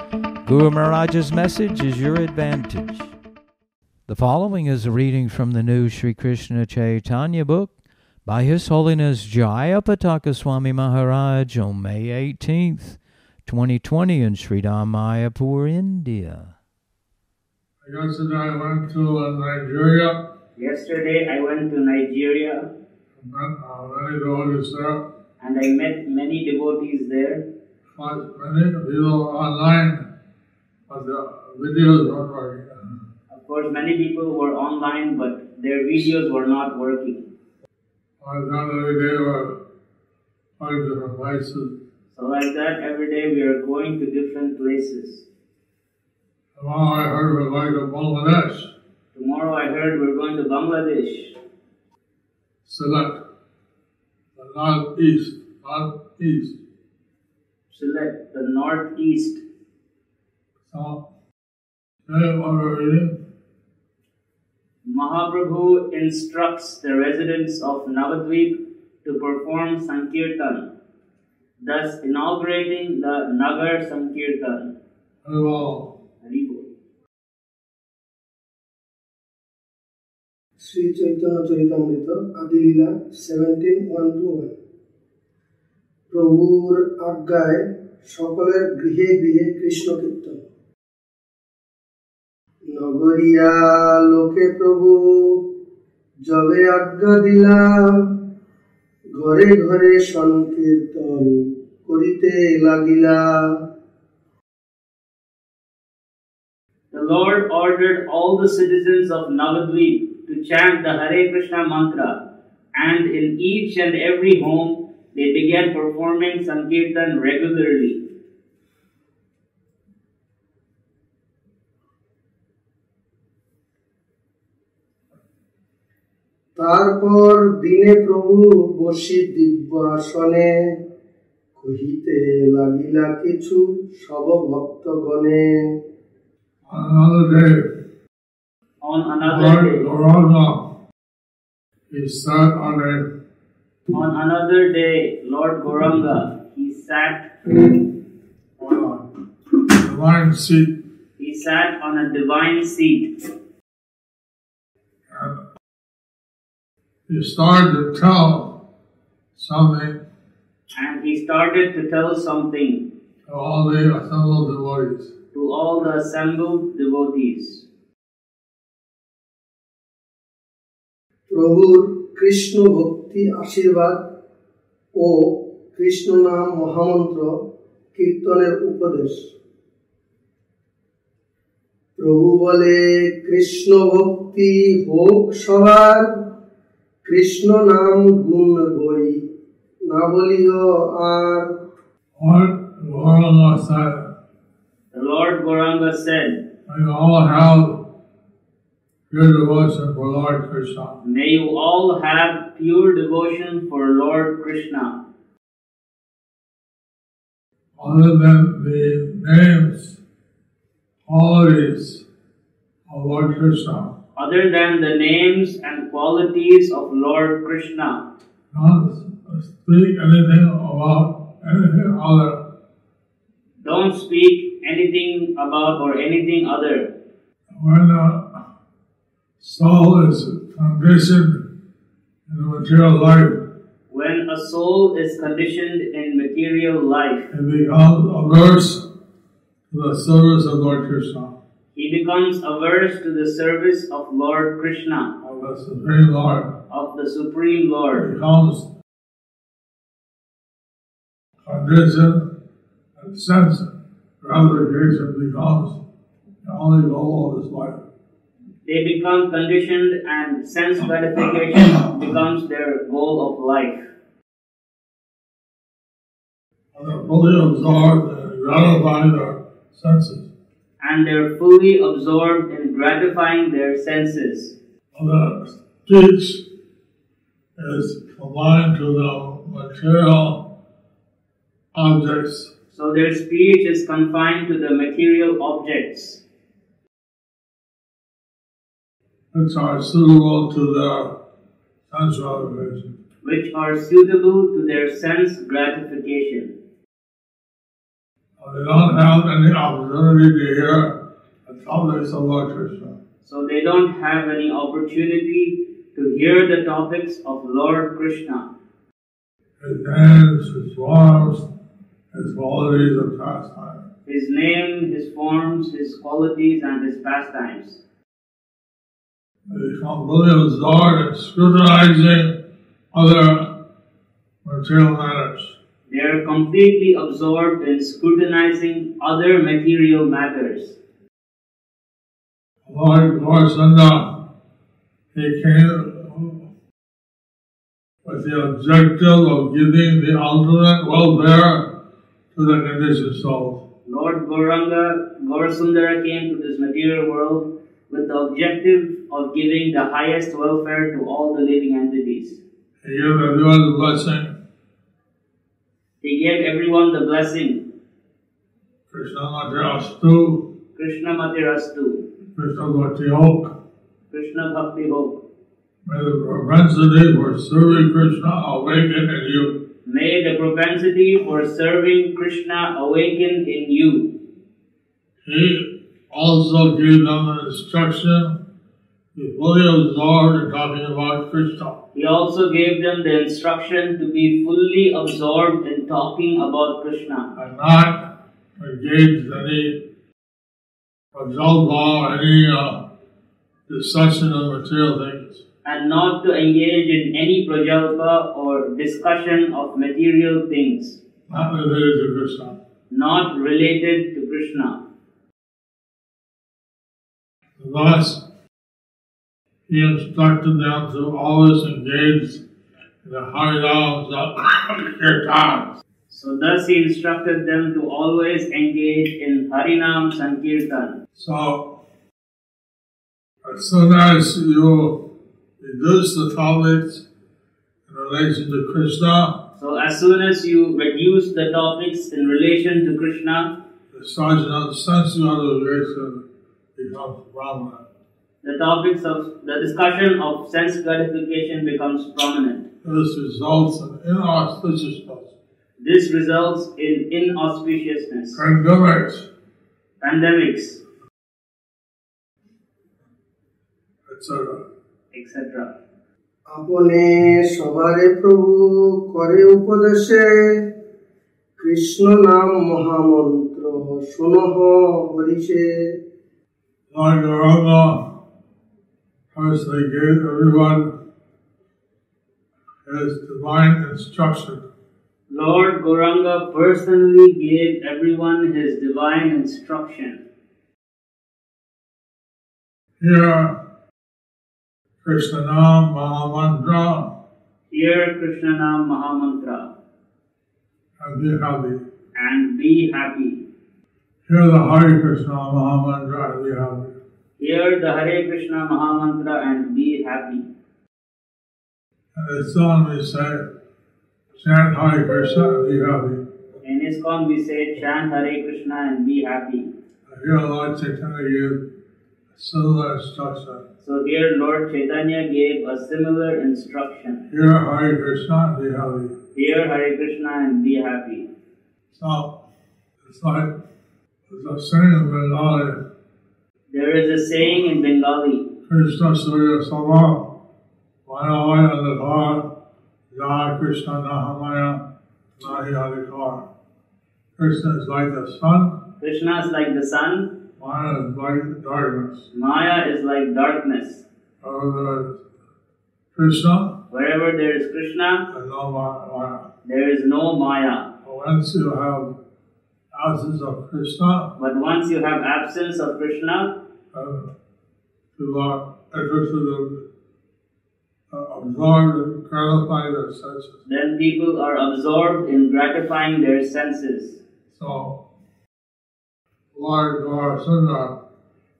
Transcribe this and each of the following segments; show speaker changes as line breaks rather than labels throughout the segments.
Guru Maharaj's message is your advantage. The following is a reading from the new Sri Krishna Chaitanya book by His Holiness Jaya Pataka Swami Maharaj on May 18th, 2020 in Sri Mayapur, India.
Yesterday I went to uh, Nigeria,
Yesterday I went to Nigeria
met uh, many devotees there,
and I met many devotees there.
but many people online, but the videos weren't working.
Of course, many people were online, but their videos were not working.
I thought every day were five different places.
So, like that, every day we are going to different places.
And all I heard was like a Bangladesh,
Tomorrow I heard we're going to Bangladesh,
select, the northeast, northeast,
select the northeast.
so. Then what we're reading,
Mahaprabhu instructs the residents of Navadvip to perform Sankirtan, thus inaugurating the Nagar Sankirtan.
and all.
Hari Bol.
Shri Chaitanya Charitamrita Adilila seventeen one two one প্রভুর আজ্ঞায় সকলের গৃহে গৃহে কৃষ্ণ কীর্তন নগরিয়া লোকে প্রভু জবে আজ্ঞা দিলাম ঘরে ঘরে সংকীর্তন করিতে লাগিলা
The Lord ordered all the citizens of Navadvip to chant the Hare Krishna mantra, and in each and every home they began performing Sankirtan regularly.
তারপর দিনে প্রভু বসি দিব্য আসনে কহিতে লাগিলা কিছু সব ভক্তগণে
Another day,
On another
Lord
day,
Gauranga, he sat on
on another day, Lord Goranga, he sat,
a uh, divine seat
he sat on a divine seat,
and he started to tell something
and he started to tell something
to all the assembled devotees.
to all the assembled devotees.
প্রভুর কৃষ্ণ ভক্তি আশীর্বাদ ও কৃষ্ণ নাম মহামন্ত্র কীর্তনের উপদেশ প্রভু বলে কৃষ্ণ ভক্তি হোক সবার কৃষ্ণ নাম গুণ বই না বলিও আর
Lord Gauranga said,
The Lord Goranga said,
We all have pure devotion for Lord Krishna.
May you all have pure devotion for Lord Krishna.
Other than the names, qualities of Lord Krishna,
other than the names and qualities of Lord Krishna.
not speak anything about anything other
Don't speak anything about or anything other.
when the soul is conditioned in the material life
When a soul is conditioned in material life,
it becomes averse to the service of Lord Krishna
he becomes averse to the service of Lord Krishna,
of the Supreme Lord
of the Supreme
it
Lord.
becomes conditioned and sense gratification becomes the only goal of his life
They become conditioned and sense gratification becomes their goal of life.
and they're fully absorbed and gratified their senses
and they're fully absorbed in gratifying their senses.
The speech is combined to the material objects.
So their speech is confined to the material objects,
which are suitable to their sensual vision.
which are suitable to their sense gratification.
They don't have any opportunity to hear the topics of Lord Krishna.
So they don't have any opportunity to hear the topics of Lord Krishna.
His hands, his forms, his qualities of pastime.
His name, his forms, his qualities, and his pastimes.
They become really absorbed in scrutinizing other material matters.
They are completely absorbed in scrutinizing other material matters.
Lord Gorsanda, he came with the objective of giving the ultimate welfare to the conditioned soul.
Lord Gauranga Gaurasundara came to this material world with the objective of giving the highest welfare to all the living entities.
He gave everyone the blessing.
He gave everyone the blessing,
Krishna Matirastu,
Krishna Matirastu,
Krishna Bhakti
Krishna Bhakti Ho.
May the propensity for serving Krishna awaken in you.
May the propensity for serving Krishna awaken in you.
He also gave them an instruction to fully absorb in talking about Krishna.
He also gave them the instruction to be fully absorbed in talking about Krishna
and not engage in any result law, any uh, discussion of material things.
and not to engage in any prajalpa or discussion of material things
Not related to Krishna.
not related to Krishna.
Thus, he instructed them to always engage in the haridams of kirtans.
So thus he instructed them to always engage in Harinam Sankirtan.
So, as soon as you reduce the topics in relation to Krishna,
So as soon as you reduce the topics in relation to Krishna,
the sajna, sensual relation becomes prominent.
the topics of the discussion of sense gratification becomes prominent.
This results in inauspiciousness,
This results in inauspiciousness,
pandemics,
pandemics,
etc.
etc.
আপনে সবারে প্রভু করে উপদেশে কৃষ্ণ নাম মহামন্ত্র শুনহ হরিষে
Lord Gauranga firstly gave everyone his divine instruction.
Lord Gauranga personally gave everyone his divine instruction.
Here, Krishna Nam Mahamantra
Hear Krishna Nam Mahamantra
and be happy.
and be happy.
Hear the Hare Krishna Mahamantra and be happy.
Hear the Hare Krishna Mahamantra and be happy.
And his son we say, chant Hare Krishna and be happy.
In ISKCON we say chant Hare Krishna and be happy.
I hear Lord Chaitanya give similar instruction.
So here Lord Chaitanya gave a similar instruction.
Hear Hare Krishna and be happy.
Hear Hare Krishna and be happy.
So it's like it's a saying in Bengali,
There is a saying in Bengali,
Krishna Surya Sama Manavaya Nadhar Ya Krishna Nahamaya Nahi Adhikar. Krishna is like the sun,
Krishna is like the sun,
Maya is like darkness.
Maya is like darkness.
However, there is Krishna
Wherever there is Krishna,
and no Ma- Maya.
there is no Maya.
Once you have absence of Krishna,
But once you have absence of Krishna,
uh, you are interested in uh, absorbed and gratify their senses.
then people are absorbed in gratifying their senses.
So, Lord Gaurasundar,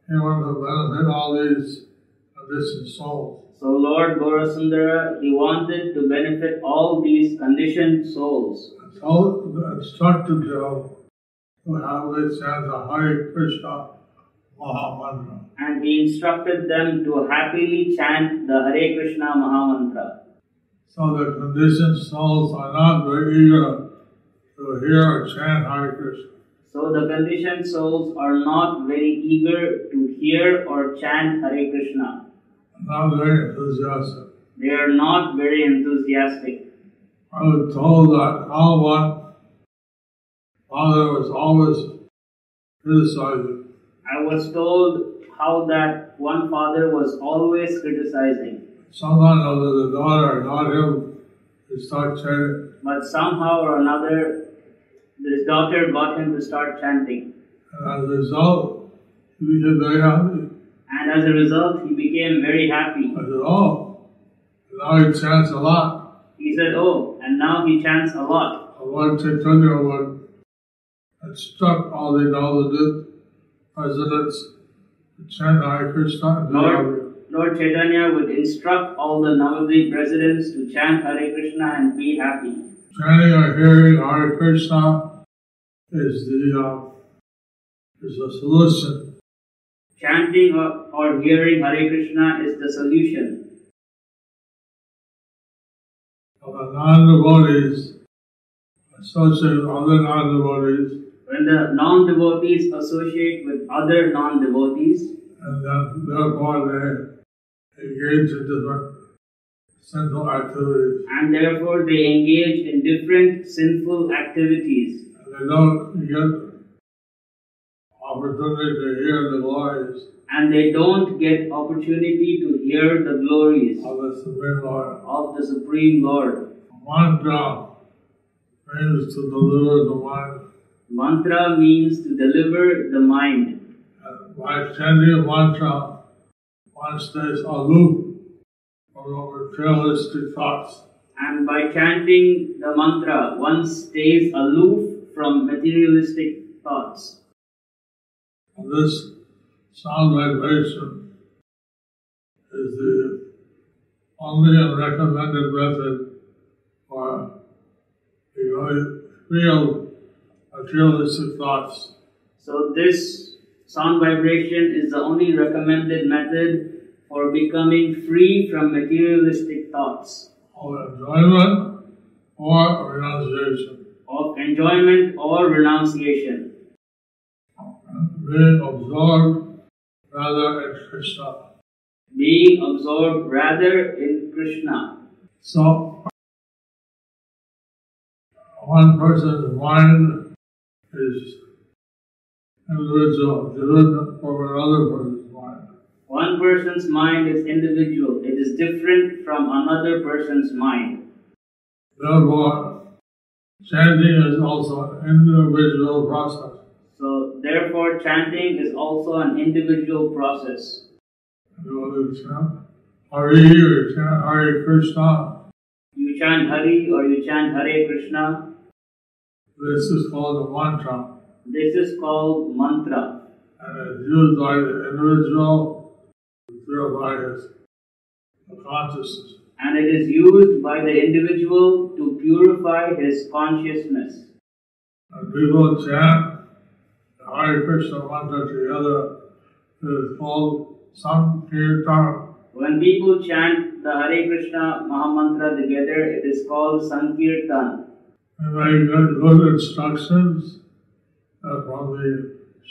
he wanted to benefit all these conditioned souls.
So Lord Gaurasundara, he wanted to benefit all these conditioned souls.
So instructed them to have they chant the Hare Krishna Mahamantra.
And he instructed them to happily chant the Hare Krishna Mahamantra.
So the conditioned souls are not very eager to hear or chant Hare Krishna.
So the conditioned souls are not very eager to hear or chant Hare Krishna.
Not very enthusiastic.
They are not very enthusiastic.
I was told that Alwan father was always criticizing.
I was told how that one father was always criticizing,
Someone other the daughter got him to start chanting.
but somehow or another, his daughter got him to start chanting.
And as a result, he became very happy.
And as a result, he became very happy.
I said, Oh, now he chants a lot.
He said, Oh, and now he chants a lot.
The Lord Chaitanya would instruct all the noble presidents to chant Hare Krishna and Hare
Lord, Lord Chaitanya would instruct all the Navadvip residents to chant Hare Krishna and be happy.
Chanting or hearing Hare Krishna is the uh, is the solution.
Chanting or, or hearing Hare Krishna is the solution.
Of the non-devotees associated with other non-devotees,
When the non devotees associate with other non devotees,
and then, therefore they engage in different sinful activities.
and therefore they engage in different sinful activities,
And they don't get opportunity to hear the voice
and they don't get opportunity to hear the glories
of the Supreme Lord.
of the Supreme Lord.
Mantra means to deliver the mind.
Mantra means to deliver the mind.
And uh, by chanting mantra, one stays aloof from our materialistic thoughts.
And by chanting the mantra, one stays aloof from materialistic thoughts.
And this sound vibration is the only and recommended method for the real materialistic thoughts.
So this sound vibration is the only recommended method for becoming free from materialistic thoughts
Or enjoyment or renunciation.
of enjoyment or renunciation,
And being absorbed rather in Krishna.
being absorbed rather in Krishna.
So, one person's mind is individual, different from another person's mind.
One person's mind is individual, it is different from another person's mind.
Therefore, chanting is also an individual process.
So, therefore, chanting is also an individual process.
You will chant Hari, you chant Hare Krishna.
You chant Hari or you chant Hare Krishna,
This is called a mantra
this is called mantra.
and is used by the individual to purify his consciousness.
and it is used by the individual to purify his consciousness.
And we will chant the Hare Krishna mantra together. It is called Sankirtan.
When people chant the Hare Krishna Mahamantra together, it is called Sankirtan.
And I get good instructions uh, from the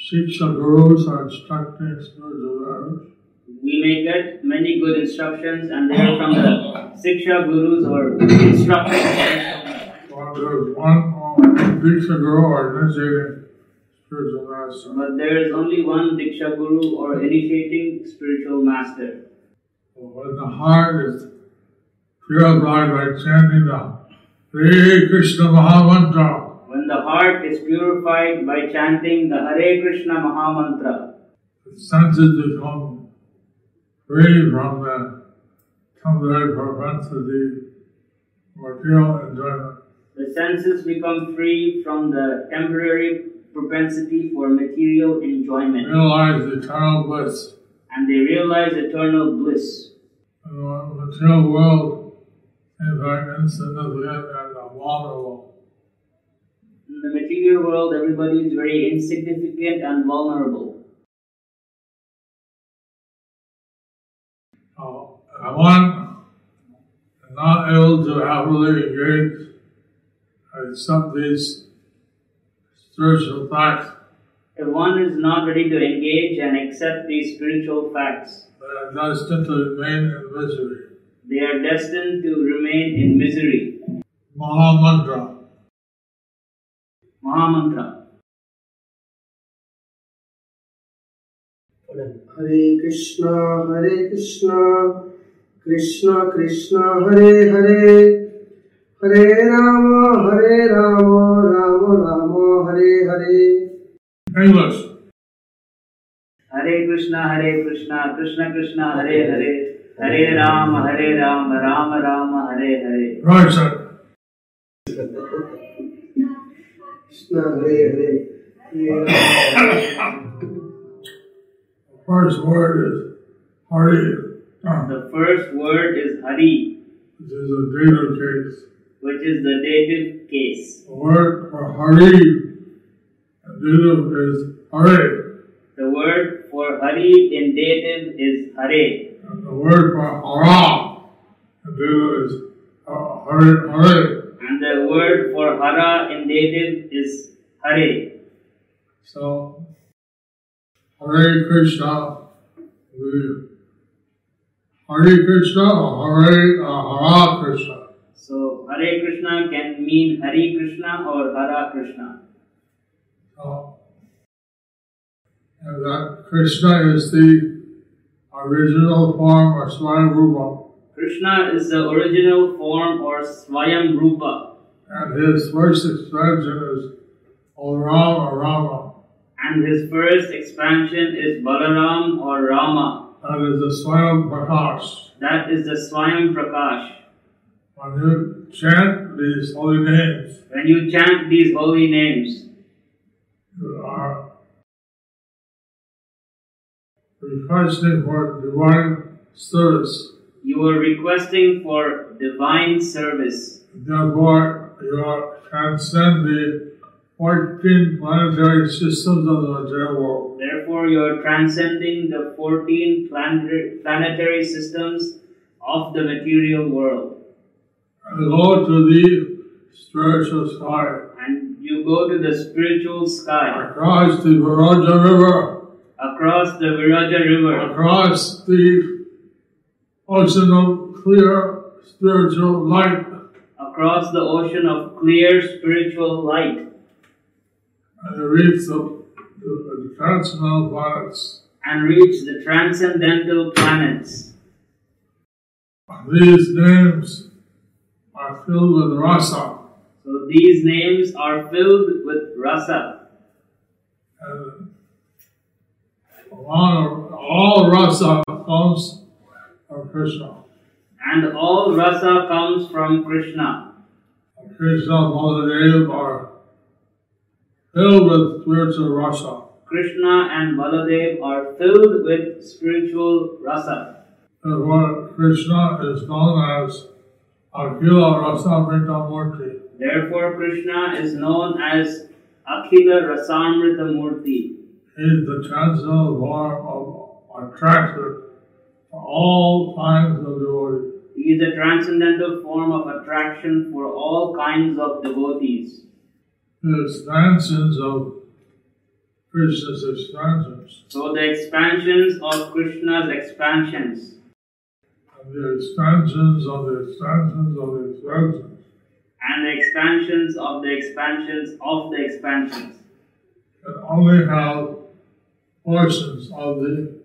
Shiksha Gurus are instructing spiritual matters.
We may get many good instructions, and they are from the Siksha Gurus or instructors.
Well, there is one uh, Shiksha Guru or initiating spiritual master.
But there is only one Diksha Guru or initiating spiritual master.
When the heart is purified by chanting the Hare Krishna Mahamantra,
When the heart is purified by chanting the Hare Krishna Mahamantra,
The senses become free from the from their propensity for material enjoyment.
The senses become free from the temporary propensity for material enjoyment,
realize the eternal bliss.
and they realize eternal bliss.
And the material world is like insignificant and abominable.
In the material world, everybody is very insignificant and vulnerable.
Uh, and one is not able to happily engage and accept these spiritual facts
If one is not ready to engage and accept these spiritual facts,
that are destined to remain in misery.
they are destined to remain in misery.
Mahamantra.
Mahamantra.
Hare Krishna, Hare Krishna, Krishna Krishna, Hare Hare, Hare Rama, Hare Rama, Rama Rama, Hare Hare.
English.
Hare Krishna, Hare Krishna, Krishna Krishna, Hare Hare, Hare Rama, Hare Rama, Rama Rama, Hare Hare.
Right, sir.
Krishna, Hare Hare, Hare Rama.
The first word is Hari,
The first word is Hari,
which is a dative case.
which is the dative case.
The word for Hari, a dative is Hare.
The word for Hari in dative is Hare,
And the word for Hara, a dative is uh, Hare, Hare.
and the word for Hara in dative is Hare.
So, Hare Krishna, we- Hare Krishna, or Hare, uh, Hara Krishna.
So Hare Krishna can mean Hari Krishna or Hara Krishna.
Oh. And that Krishna is the original form or Swayam Rupa.
Krishna is the original form or Swayam Rupa,
And his first expansion is O Rama Rama.
and his first expansion is Balaram or Rama.
That is the Swayam Prakash.
That is the Swayam Prakash.
When you chant these holy names,
When you chant these holy names,
you are requesting for divine service.
you are requesting for divine service.
Therefore, you are transcend the 14 planetary systems of the material world.
Therefore, you are transcending the 14 planet- planetary systems of the material world.
and go to the spiritual sky.
And you go to the spiritual sky,
Across the Viraja River,
across the Viraja River,
across the ocean of clear spiritual light,
across the ocean of clear spiritual light,
and you reach the, the, the transcendental planets.
and reach the transcendental planets.
These names are filled with rasa,
So these names are filled with rasa,
and along, all rasa comes from Krishna.
and all rasa comes from Krishna.
Krishna, Baladev are filled with spiritual rasa.
Krishna and Baladev are filled with spiritual rasa.
And what Krishna is known as Akila Rasa Mritamurti.
Therefore, Krishna is known as Akhila Rasamrita Murti.
He is the transcendental form of attraction for all kinds of devotee.
He is a transcendental form of attraction for all kinds of devotees.
His expansions of Krishna's expansions
So, the expansions of Krishna's expansions
and the expansions of the expansions of the expansions.
and the expansions of the expansions of the expansions
and only have portions of the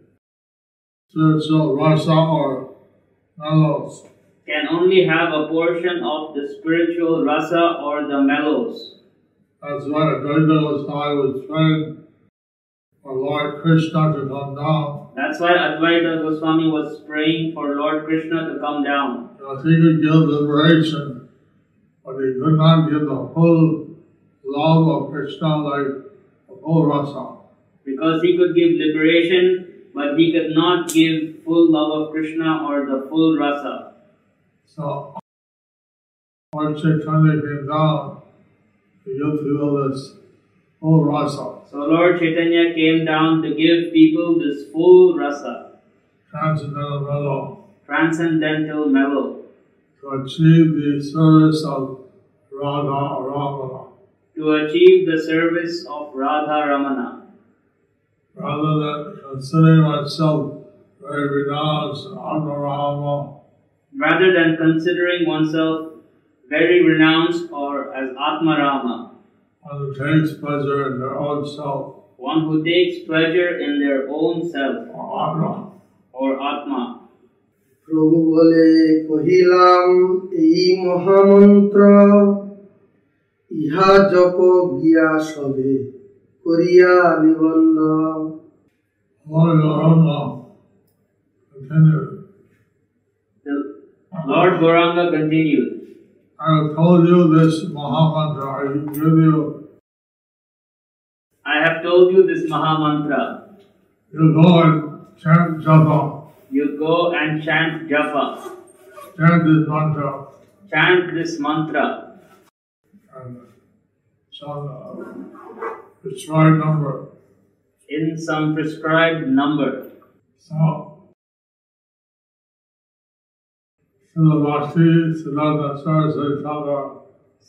spiritual rasa or mellows.
can only have a portion of the spiritual rasa or the mellows.
That's why Advaita Goswami was praying for Lord Krishna to come down
That's why Advaita Goswami was praying for Lord Krishna to come down.
because he could give liberation, but he could not give the full love of Krishna like whole Rasa.
because he could give liberation, but he could not give full love of Krishna or the full rasa.
So Lord Chaitanya came down to give people this whole Rasa,
So Lord Chaitanya came down to give people this full rasa,
transcendental mellow,
transcendental mellow,
to achieve the service of Radha or Ramana.
to achieve the service of Radha Ramana.
Rather than considering myself very renounced and honorable,
Rather than considering oneself very renounced or as Atma Rama,
one who takes pleasure in their own self
one who takes pleasure in their own self
or Atma.
or Atma.
প্রভু বলে কহিলাম এই মহামন্ত্র ইহা জপ গিয়া সবে করিয়া নিবন্ধ
Lord Arama continued,
The Lord Gauranga continued.
I have told you this Mahamantra, I give you,
I have told you this Maha Mantra.
you go and chant japa,
You go and chant japa.
chant this mantra,
Chant this mantra.
and some uh, prescribed number.
In some prescribed number.
So, Srila Bhakti Siddhanta Saraswati Thakur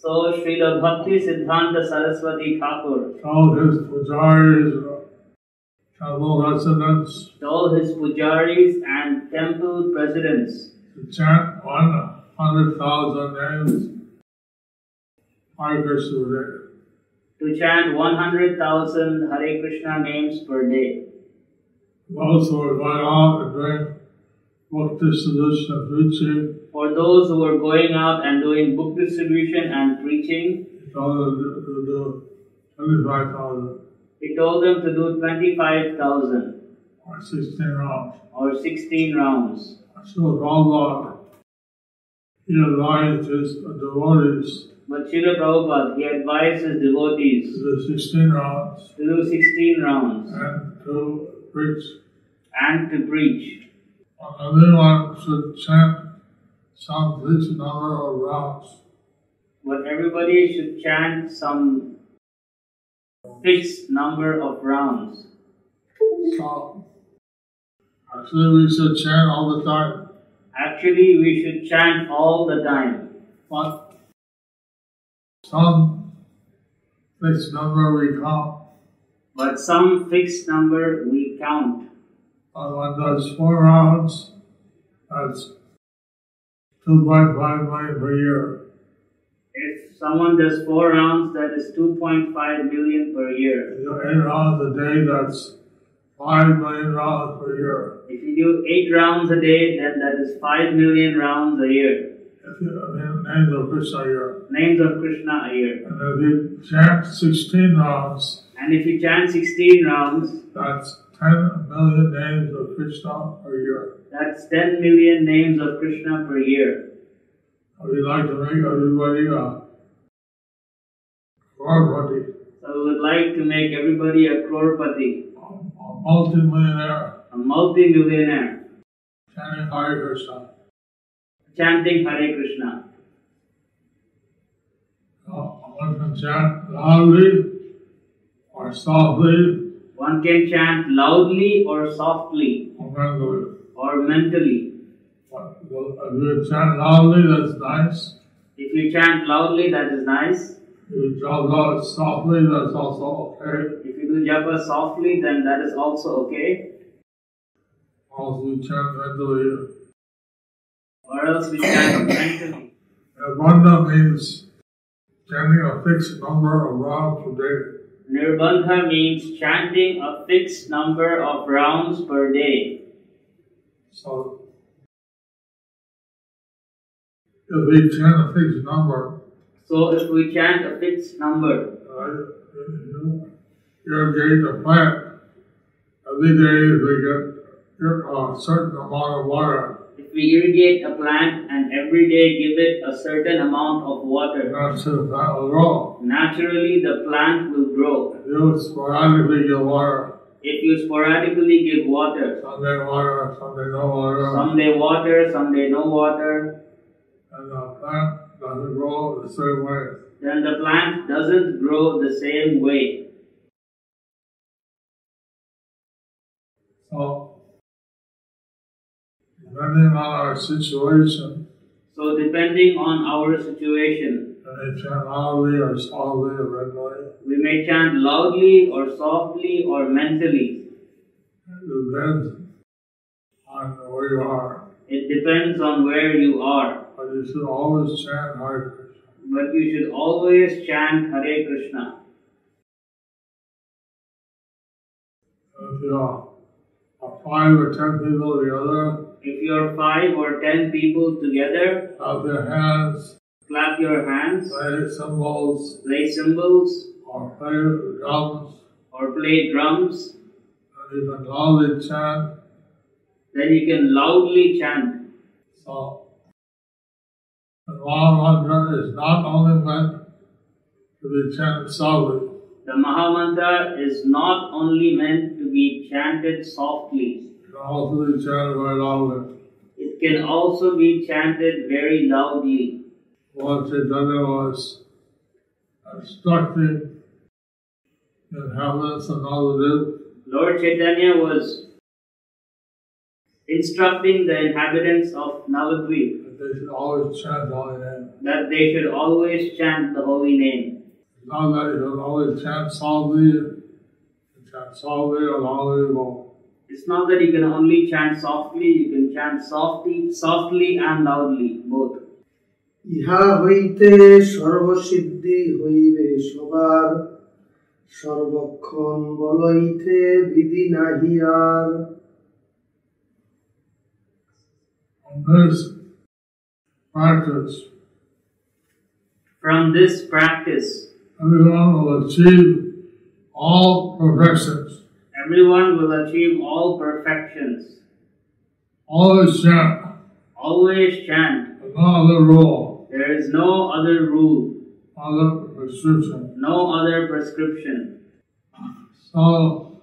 So Srila Bhakti Siddhanta Saraswati Thakur
told his pujaris, temple residents,
told his pujaris and temple presidents
to chant 100,000 names Hare Krishna day.
to chant 100,000 Hare Krishna names per day.
Those who are going out and doing bhakti solution and preaching,
For those who are going out and doing book distribution and preaching,
he told them to do 25,000
he told them to do 25,000
or 16 rounds.
or 16 rounds.
So Prabhupada, he advised his devotees
But Srila Prabhupada, he advised his
to
devotees
do 16 rounds
to do 16 rounds
and to preach.
and to preach.
And everyone should chant some fixed number of rounds.
But everybody should chant some fixed number of rounds.
So, actually, we should chant all the time,
Actually, we should chant all the time.
but some fixed number we count.
But some fixed number we count.
And one does four rounds, that's 2.5 million per year.
If someone does 4 rounds, that is 2.5 million per year.
If you do eight rounds a day, that's 5 million rounds per year.
If you do 8 rounds a day, then that is 5 million rounds a year.
If you, I mean, names of Krishna a year.
Names of Krishna a year.
And if you chant 16 rounds,
And if you chant 16 rounds,
that's 10 million names of Krishna per year.
That's 10 million names of Krishna per year.
I would like to make everybody uh, a crorepati,
So we would like to make everybody a crorepati,
a, a multi-millionaire
a multi-millionaire,
chanting Hare Krishna.
chanting Hare Krishna.
So one can chant loudly or softly
One can chant loudly or softly
or mentally.
or mentally.
But if you chant loudly, that's nice.
If you chant loudly, that is nice.
If you chant loud softly, that's also okay.
If you do japa softly, then that is also okay.
Also chant mentally.
Or else we chant mentally.
Nirbandha means chanting a fixed number of rounds per day.
Nirbandha means chanting a fixed number of rounds per day.
So, if we chant a fixed number,
So if we chant a fixed number,
right, you irrigate the plant, every day we get uh, a certain amount of water,
If we irrigate a plant and every day give it a certain amount of water,
Not sure if that was wrong.
naturally the plant will grow.
You sporadically give water,
If you sporadically give water,
Sunday water, Sunday no water,
some day water, some day no water,
and the plant doesn't grow the same way.
then the plant doesn't grow the same way.
So, depending on our situation,
So, depending on our situation,
and it can loudly or softly or readily,
we may chant loudly or softly or mentally.
it depends on where you are.
It depends on where you are,
But you should always chant Hare Krishna.
but you should always chant Hare Krishna.
If you are five or ten people together,
If you're five or ten people together,
have their hands,
clap your hands,
play cymbals,
play cymbals,
or play drums,
or play drums,
and even loudly chant.
then you can loudly chant.
So, the Mahamantra is not only meant to be chanted softly,
The Mahamantra is not only meant to be chanted softly,
it can also be chanted very loudly.
it can also be chanted very loudly.
Lord Chaitanya was instructing the inhabitants of Navadvip
Lord Chaitanya was instructing the inhabitants of Navadvip
that they should always chant holy name.
that they should always chant the holy name.
Now that you should always chant softly, chant softly or loudly, well,
It's not that you can only chant softly, you can chant softly, softly and loudly, both.
ইহা হইতে সর্বসিদ্ধি হইবে সবার সর্বক্ষণ বলইতে বিধি নাহি আর
on this practice,
From this practice,
everyone will achieve all perfections.
everyone will achieve all perfections.
Always chant,
Always chant.
there's no other rule,
There is no other rule,
other restriction.
no other prescription.
So,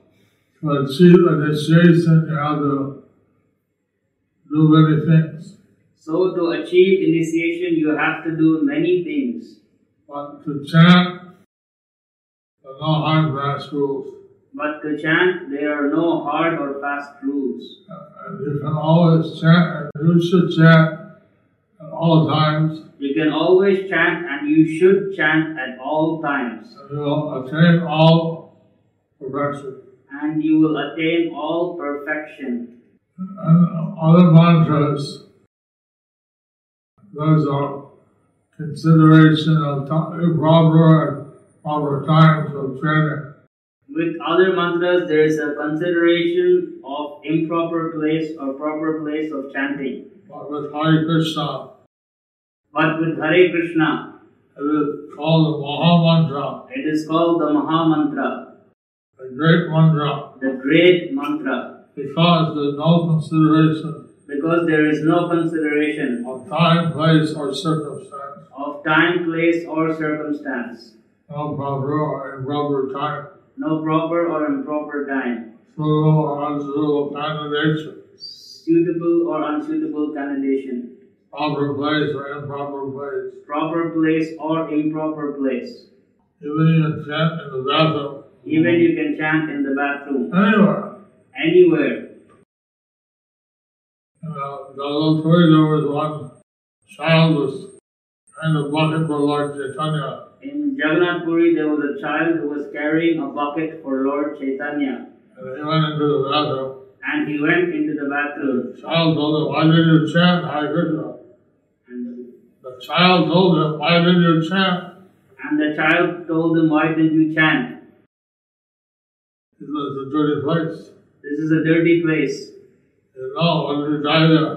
to achieve initiation, you have to do many things.
So, to achieve initiation, you have to do many things.
But to chant, there are no hard fast rules.
But to chant, there are no hard or fast rules.
And you can always chant, and you should chant at all times,
You can always chant and you should chant at all times,
and you will attain all perfection.
and you will attain all perfection.
And Uh, other mantras, those are consideration of ti- proper and proper times of training.
With other mantras, there is a consideration of improper place or proper place of chanting.
But with Hare Krishna,
But with Hare Krishna,
it is called the Mahamantra,
it is called the Maha Mantra,
the great mantra,
the great mantra,
because there is no consideration
because there is no consideration
of time, place, or circumstance,
of time, place, or circumstance,
no proper or improper time,
no proper or improper time,
suitable or unsuitable candidation,
suitable or unsuitable candidation.
proper place or improper place.
proper place or improper place.
Even in a tent in the bathroom.
Even you can chant in the bathroom,
Anywhere.
anywhere.
And uh, the little there was one child was kind of bucket for Lord Chaitanya.
In Jagannath Puri, there was a child who was carrying a bucket for Lord Chaitanya,
And he went into the bathroom.
and he went into the bathroom.
The child told him, Why did you chant Hare Krishna?
And,
The child told him, Why did you chant?
and the child told him, "Why did you chant?
It was a dirty place.
This is a dirty place."
He said, No, why did you die there?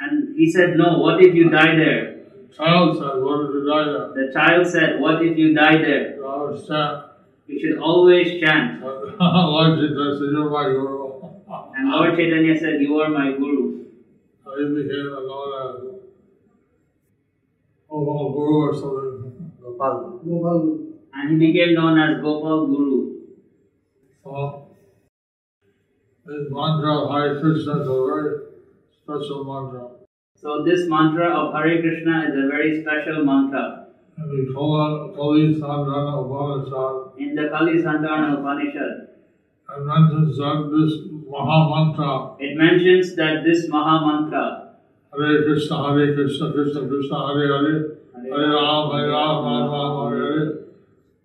And he said, "No. What if you die there?"
The child said, Why did you die there?
The child said, "What if you die there?
So I was chant.
You should always chant."
But Lord Chaitanya said, You're my guru.
And Lord Chaitanya said, "You are my guru."
I became a lot of Oh, Oval Guru or something.
Gopal.
Gopal
and he became known as Gopal Guru.
So, this mantra, Hare Krishna, is a very special mantra.
So this mantra of Hare Krishna is a very special mantra.
And we call it Kali Sandana Upanishad.
In the Kali Santana Upanishad,
And mentions that this Mahamantra,
it mentions that this Maha Mantra,
Hare Krishna, Hare Krishna, Krishna Krishna, Hare Hare, Hare Ram, Hare Ram, Ram Ram, Hare Hare,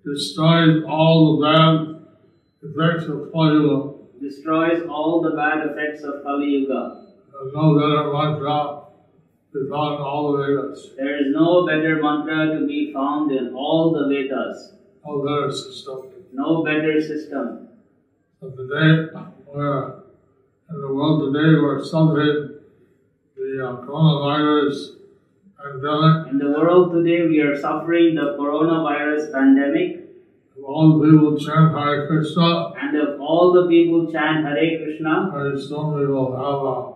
destroys all the bad effects of Kali
destroys all the bad effects of Kali Yuga.
There's no better mantra is on all the Vedas,
There is no better mantra to be found in all the Vedas,
no better system.
no better system.
But today, where in the world today, we're suffering the uh, coronavirus pandemic,
In the world today, we are suffering the coronavirus pandemic,
and all the people chant Hare Krishna,
and if all the people chant Hare Krishna,
very soon we will have a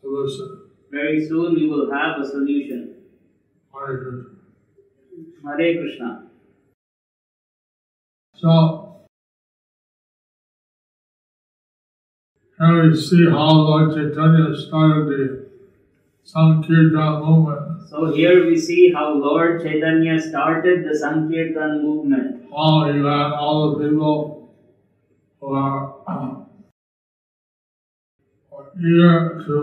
solution.
very soon we will have a solution.
Hare Krishna.
Hare Krishna.
So, here we see how Lord Chaitanya started the Sankirtan movement.
So here we see how Lord Chaitanya started the Sankirtan movement.
All you had all the people who are, are eager to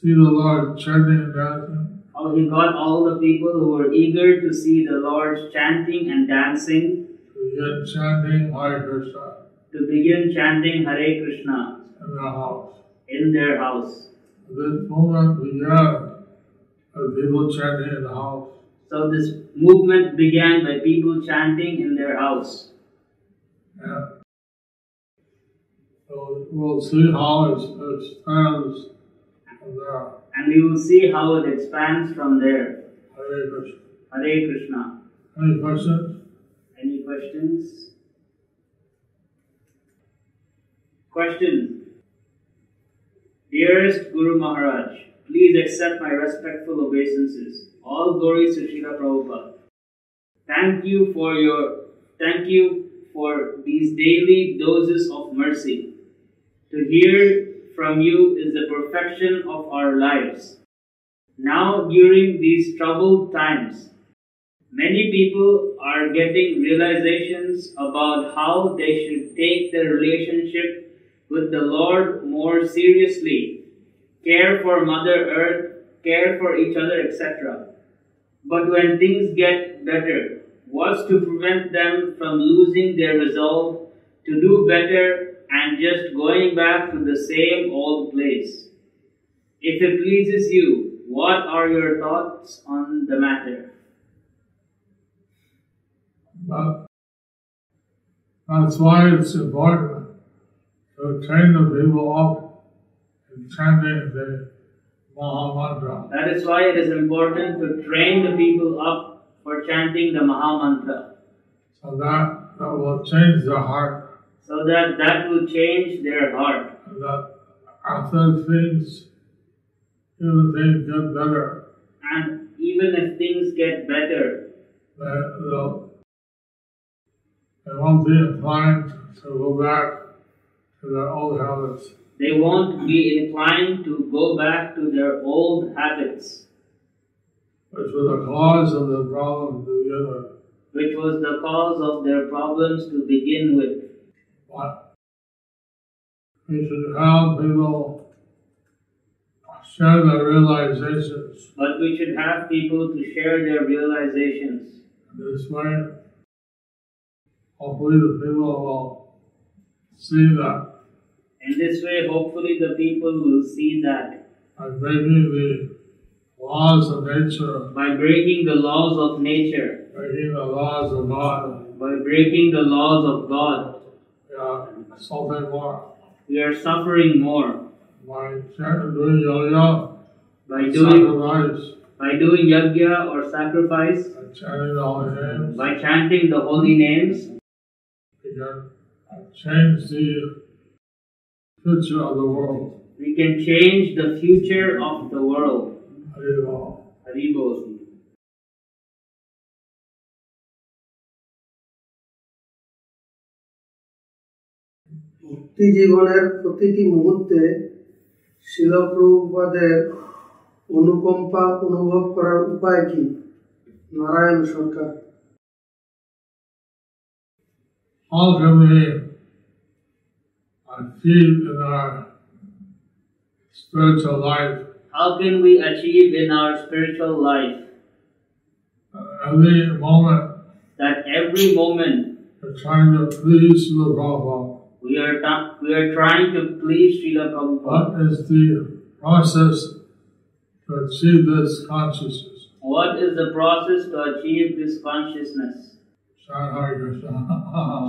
see the Lord chanting and dancing.
How he got all the people who were eager to see the Lord chanting and dancing
We get chanting Hare Krishna
to begin chanting Hare Krishna
in their house.
in their house.
This movement began with people chanting in the house.
So this movement began by people chanting in their house.
Yeah. So we'll see how it expands from there.
And we will see how it expands from there.
Hare Krishna.
Hare Krishna.
Any questions?
Any questions? Question. Dearest Guru Maharaj, please accept my respectful obeisances. All glories to Srila Prabhupada. Thank you for your thank you for these daily doses of mercy. To hear from you is the perfection of our lives. Now during these troubled times, Many people are getting realizations about how they should take their relationship with the Lord more seriously, care for Mother Earth, care for each other, etc. But when things get better, what's to prevent them from losing their resolve to do better and just going back to the same old place? If it pleases you, what are your thoughts on the matter?
That, that's why it's important to train the people up in chanting the Maha Mantra.
That is why it is important to train the people up for chanting the Maha Mantra
So that, that will change their heart.
so that that will change their heart.
And that after things, even things get better.
And even if things get better,
that they'll, they won't be inclined to go back to their old habits.
they won't be inclined to go back to their old habits,
which were the cause of the problem to begin with.
which was the cause of their problems to begin with.
But we should have people share their realizations.
But we should have people to share their realizations.
This way, hopefully, the people will see that.
In this way, hopefully, the people will see that
And maybe the laws of nature,
by breaking the laws of nature,
maybe the laws of God,
by breaking the laws of God,
yeah, something more.
we are suffering more
By chanting, doing yoga,
by doing
sacrifice,
by doing yajna or sacrifice,
and chanting all names.
by chanting the holy names,
began and change the future of the world.
we can change the future of the world.
Hare Rama.
Hari Bol Singh.
ভক্তি জীবনের প্রতিটি মুহূর্তে শিলপ্রভুপাদের অনুকম্পা অনুভব করার উপায় কি নারায়ণ সরকার
How can we achieve in our spiritual life
How can we achieve in our spiritual life
at every moment
that every moment
we're trying to please Srila Prabhupada?
we are, ta- we are trying to please Srila Prabhupada?
What is the process to achieve this consciousness?
What is the process to achieve this consciousness?
Shri Hare Krishna.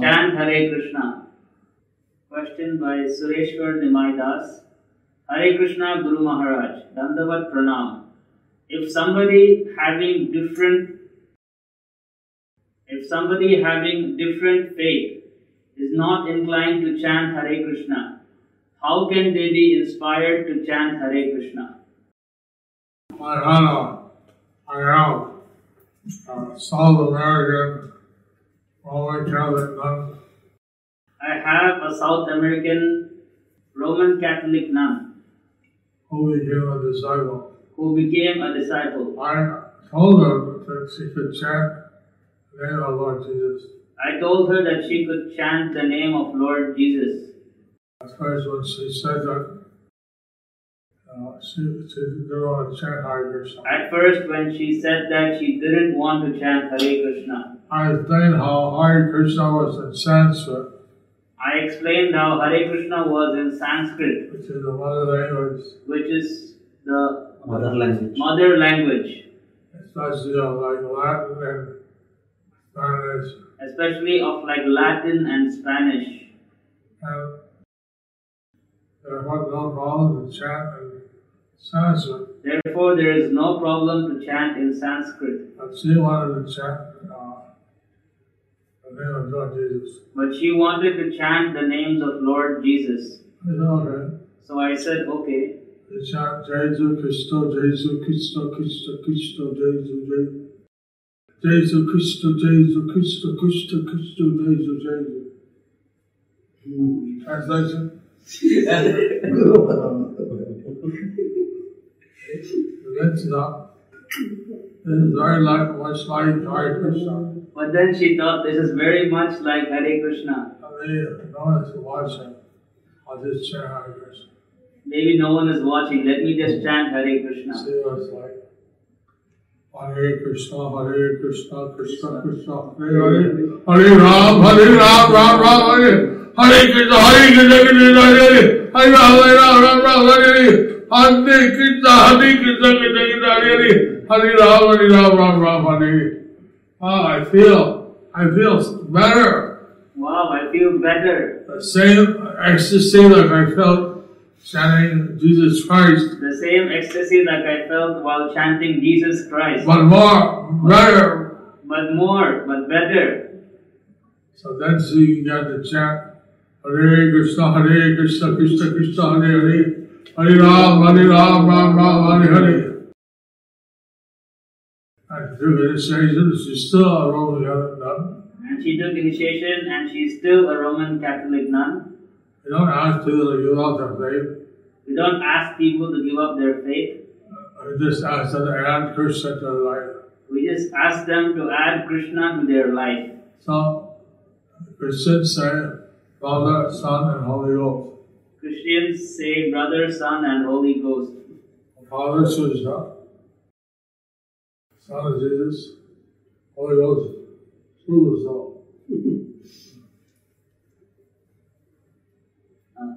Chant Hare Krishna. Question by Sureshwar Nimai Das. Hare Krishna Guru Maharaj, Dandavat Pranam. If somebody having different if somebody having different faith is not inclined to chant Hare Krishna, how can they be inspired to chant Hare Krishna?
I had a, I have a South American Roman Catholic nun
I have a South American Roman Catholic nun
who became a disciple.
who became a disciple.
I told her that she could chant the name of Lord Jesus.
I told her that she could chant the name of Lord Jesus.
At first, when she said that, uh, she, she didn't want to chant Hare Krishna.
At first, when she said that, she didn't want to chant Hare Krishna.
I explained how Hare Krishna was in Sanskrit,
I explained how Hare Krishna was in Sanskrit,
which is the mother language,
which is the
mother language.
mother language,
especially of like Latin and Spanish.
especially of like Latin and Spanish.
And there was no problem to chant in Sanskrit,
Therefore, there is no problem to chant in Sanskrit.
but she wanted to chant uh, the name of Lord Jesus.
But she wanted to chant the names of Lord Jesus.
I know that.
So I said, okay,
They chant Jesu Christo, Jesu Christo, Christo, Christo, Jesu, Jesu. Jesu Christo, Jesu Christo, Christo, Christo, Jesu, Jesu. Hmm, Translation? That's not. It is very like much like Hare Krishna.
But then she thought this is very much like Hare Krishna.
I mean, no one's watching. I'll just chant Hare Krishna.
Maybe no one is watching. Let me just chant Hare Krishna.
See, I was like, Hare Krishna, Hare Krishna, Krishna Krishna, Hare Hare, Hare Ram, Hare Ram, Ram Ram, Hare Hare Krishna, Hare Krishna, Krishna Hare Hare, Hare Ram, Hare Ram, Ram Ram, Hare Hare, Hare Krishna, Hare Krishna, Krishna Krishna, Hare Hare, Hare Ram, Hare Ram, Ram Ram, Hare Hare. Ah, I feel, I feel better.
Wow, I feel better.
The same ecstasy like I felt chanting Jesus Christ.
The same ecstasy that I felt while chanting Jesus Christ.
But more, better,
But more, but better.
So that's you got the chant. Hare Krishna, Hare Krishna, Krishna Krishna, Hare Hare, Hare Ram, Hare Ram, Ram Ram, Hare Hare. And through initiation, she still around the other nun.
And she took initiation and she's still a Roman Catholic nun.
You don't ask to you love their faith.
We don't ask people to give up their faith.
You just ask them to add Krishna to their life.
We just ask them to add Krishna to their life.
So, Christians say, Father, Son, and Holy Ghost.
Christians say brother, son, and Holy Ghost.
Father, Son, is God. Son is Jesus. Holy Ghost, true is all.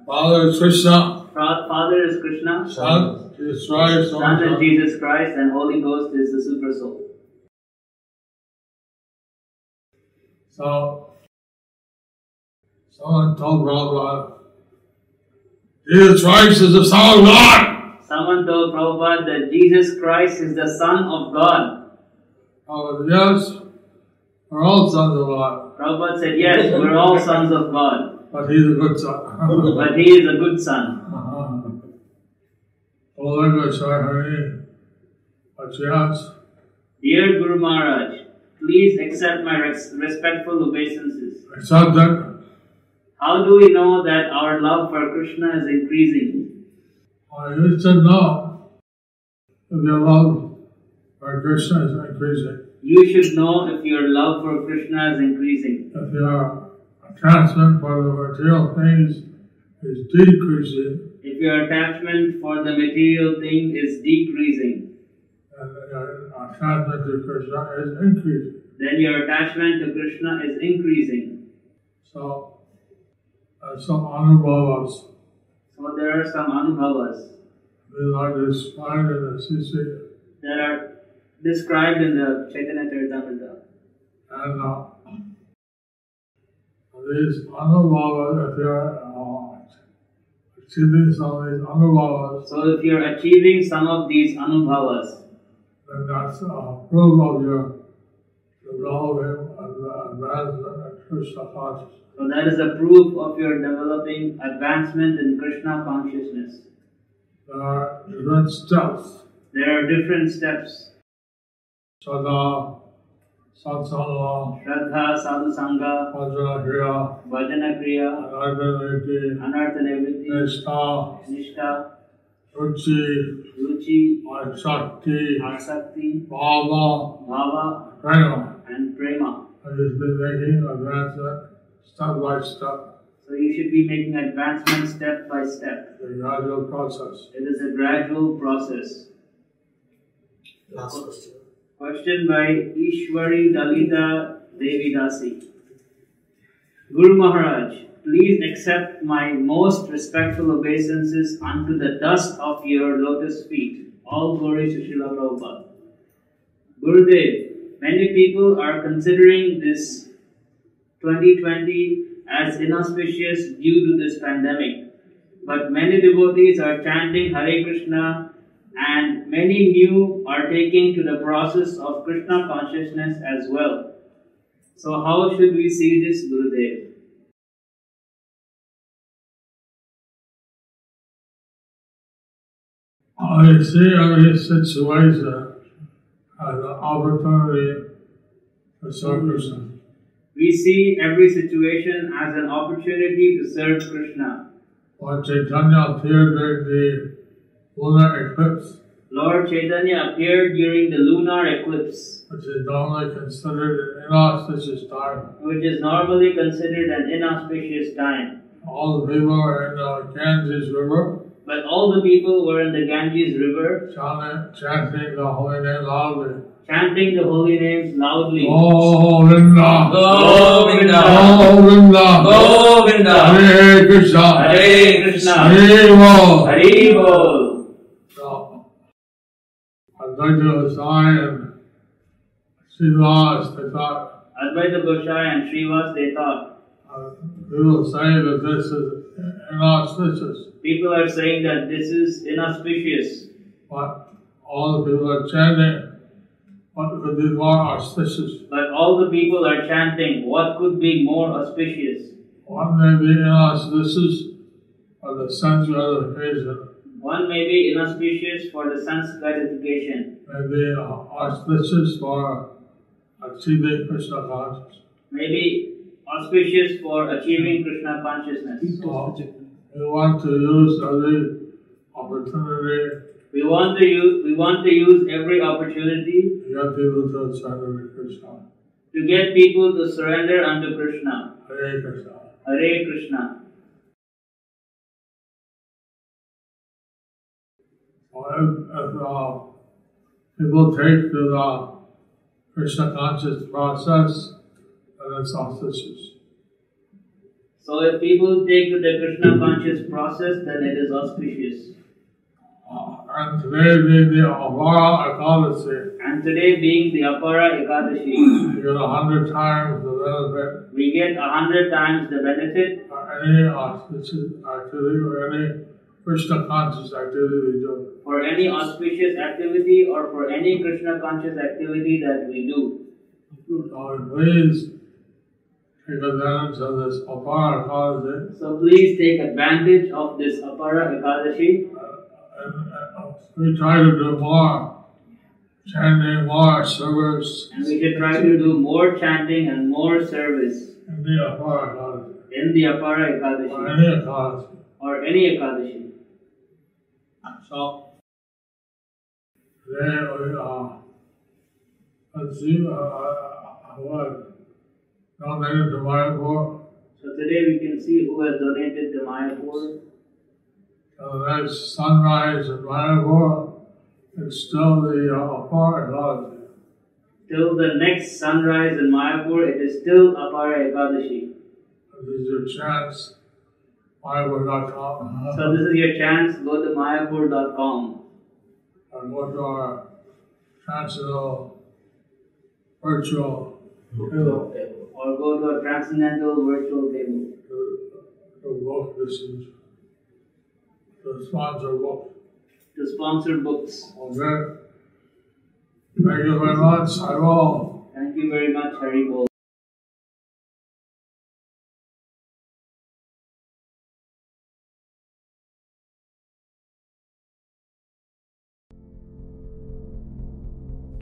Father is Krishna.
Fa- Father is Krishna.
Son is Christ.
Son is
Son is
Jesus Christ and Holy Ghost is the super soul.
So, someone told Prabhupada, Jesus Christ is the Son of God.
Someone told Prabhupada that Jesus Christ is the Son of God.
I was, yes, we're all sons of God,
Prabhupada said, Yes, we're all sons of God,
but he's a good son.
but he is a good son.
So Lord, I say Hare. Acharyas,
Dear Guru Maharaj, please accept my res- respectful obeisances.
accept that
How do we know that our love for Krishna is increasing?
I instant now that your love for Krishna is increasing.
You should know if your love for Krishna is increasing.
If your attachment for the material things is decreasing,
If your attachment for the material thing is decreasing,
and uh, your attachment to Krishna is increasing.
then your attachment to Krishna is increasing.
So, uh, some uh, anubhavas,
So there are some anubhavas
these are described in the CC
that are described in the Chaitanya Charitamrita.
And uh, these anubhavas, if you're uh, achieving some of these anubhavas,
So if you're achieving some of these anubhavas,
then that's uh, proof of your developing adva- advancement in uh, Krishna consciousness.
so that is a proof of your developing advancement in Krishna consciousness.
There are different steps.
There are different steps
Sada, satsanga,
Shraddha, Sadhu Sangha,
vajra, kriya,
Vajana Kriya,
anarganiti,
Anartha Nivritti,
nishta,
Nishtha,
ruchi,
Ruchi,
shakti,
Asakti,
bhava,
Bhava,
prema.
and Prema.
I just been making advancement step by step,
So you should be making advancement step by step.
the gradual process.
It is a gradual process.
Last question.
Question by Ishwari Dalita Devi Dasi. Guru Maharaj, please accept my most respectful obeisances unto the dust of your lotus feet. All glory to Srila Prabhupada. Gurudev, many people are considering this 2020 as inauspicious due to this pandemic. But many devotees are chanting Hare Krishna and many new are taking to the process of Krishna consciousness as well. So how should we see this Gurudev?
I see every situation as an opportunity to serve Krishna.
We see every situation as an opportunity to serve Krishna.
When Chaitanya appeared during the lunar eclipse,
Lord Chaitanya appeared during the lunar eclipse,
which is normally considered an inauspicious time,
which is normally considered an inauspicious time.
all the people were in the Ganges River
But all the people were in the Ganges river
chanting, chanting the holy name loudly.
chanting the holy names loudly.
Oh, Govinda!
Govinda,
Govinda!
Govinda,
Hare Krishna!
Hare Krishna,
Hare
Hare Bol.
So, I'd like to assign and see laws that thought
Advaita Gosai and Srivas, they thought
uh, people say that this is inauspicious,
people are saying that this is inauspicious,
but all the people are chanting what could be more auspicious.
but all the people are chanting. What could be more auspicious?
One may be inauspicious for the sense gratification,
One may be inauspicious for the sense gratification,
may be auspicious for achieving Krishna consciousness.
maybe auspicious for achieving Krishna consciousness.
So, we want to use every opportunity
We want to use we want to use every opportunity
You have people to surrender to Krishna.
to get people to surrender unto Krishna.
Hare Krishna.
Hare Krishna.
Or if, if uh, people take to the Krishna conscious process, then it's auspicious.
So if people take to the Krishna conscious process, then it is auspicious.
Uh, and today being the Avara Akadasi,
And today being the Apara Ekadashi,
you get a hundred times the
we get a hundred times the
benefit
benefit
for any auspicious activity or any Krishna conscious activity we do.
for any auspicious activity or for any Krishna conscious activity that we do.
So please take advantage of this Avara Akadasi.
So please take advantage of this Apara Ekadashi
and, uh, We try to do more, chanting more service,
And we should try to do more chanting and more service
and be a part of it,
in the Apara
for
Ekadashi
any cause.
or any Ekadashi.
So, today we are, let's see, uh, uh, what, donated to my board,
So today we can see who has donated the Mayapur.
so that's sunrise in my board. It's still the uh, apart lodge.
Till the next sunrise in Mayapur, it is still Apara Ekadashi.
This is your chance. Why would I come?
So this is your chance. Go to mayapur.com.
and what are transcendental virtual hill
or go to a transcendental virtual table.
to, to walk distance. The sponsor walk.
to sponsor books.
Okay. Thank you very much. I will.
Thank you very much, Haribo.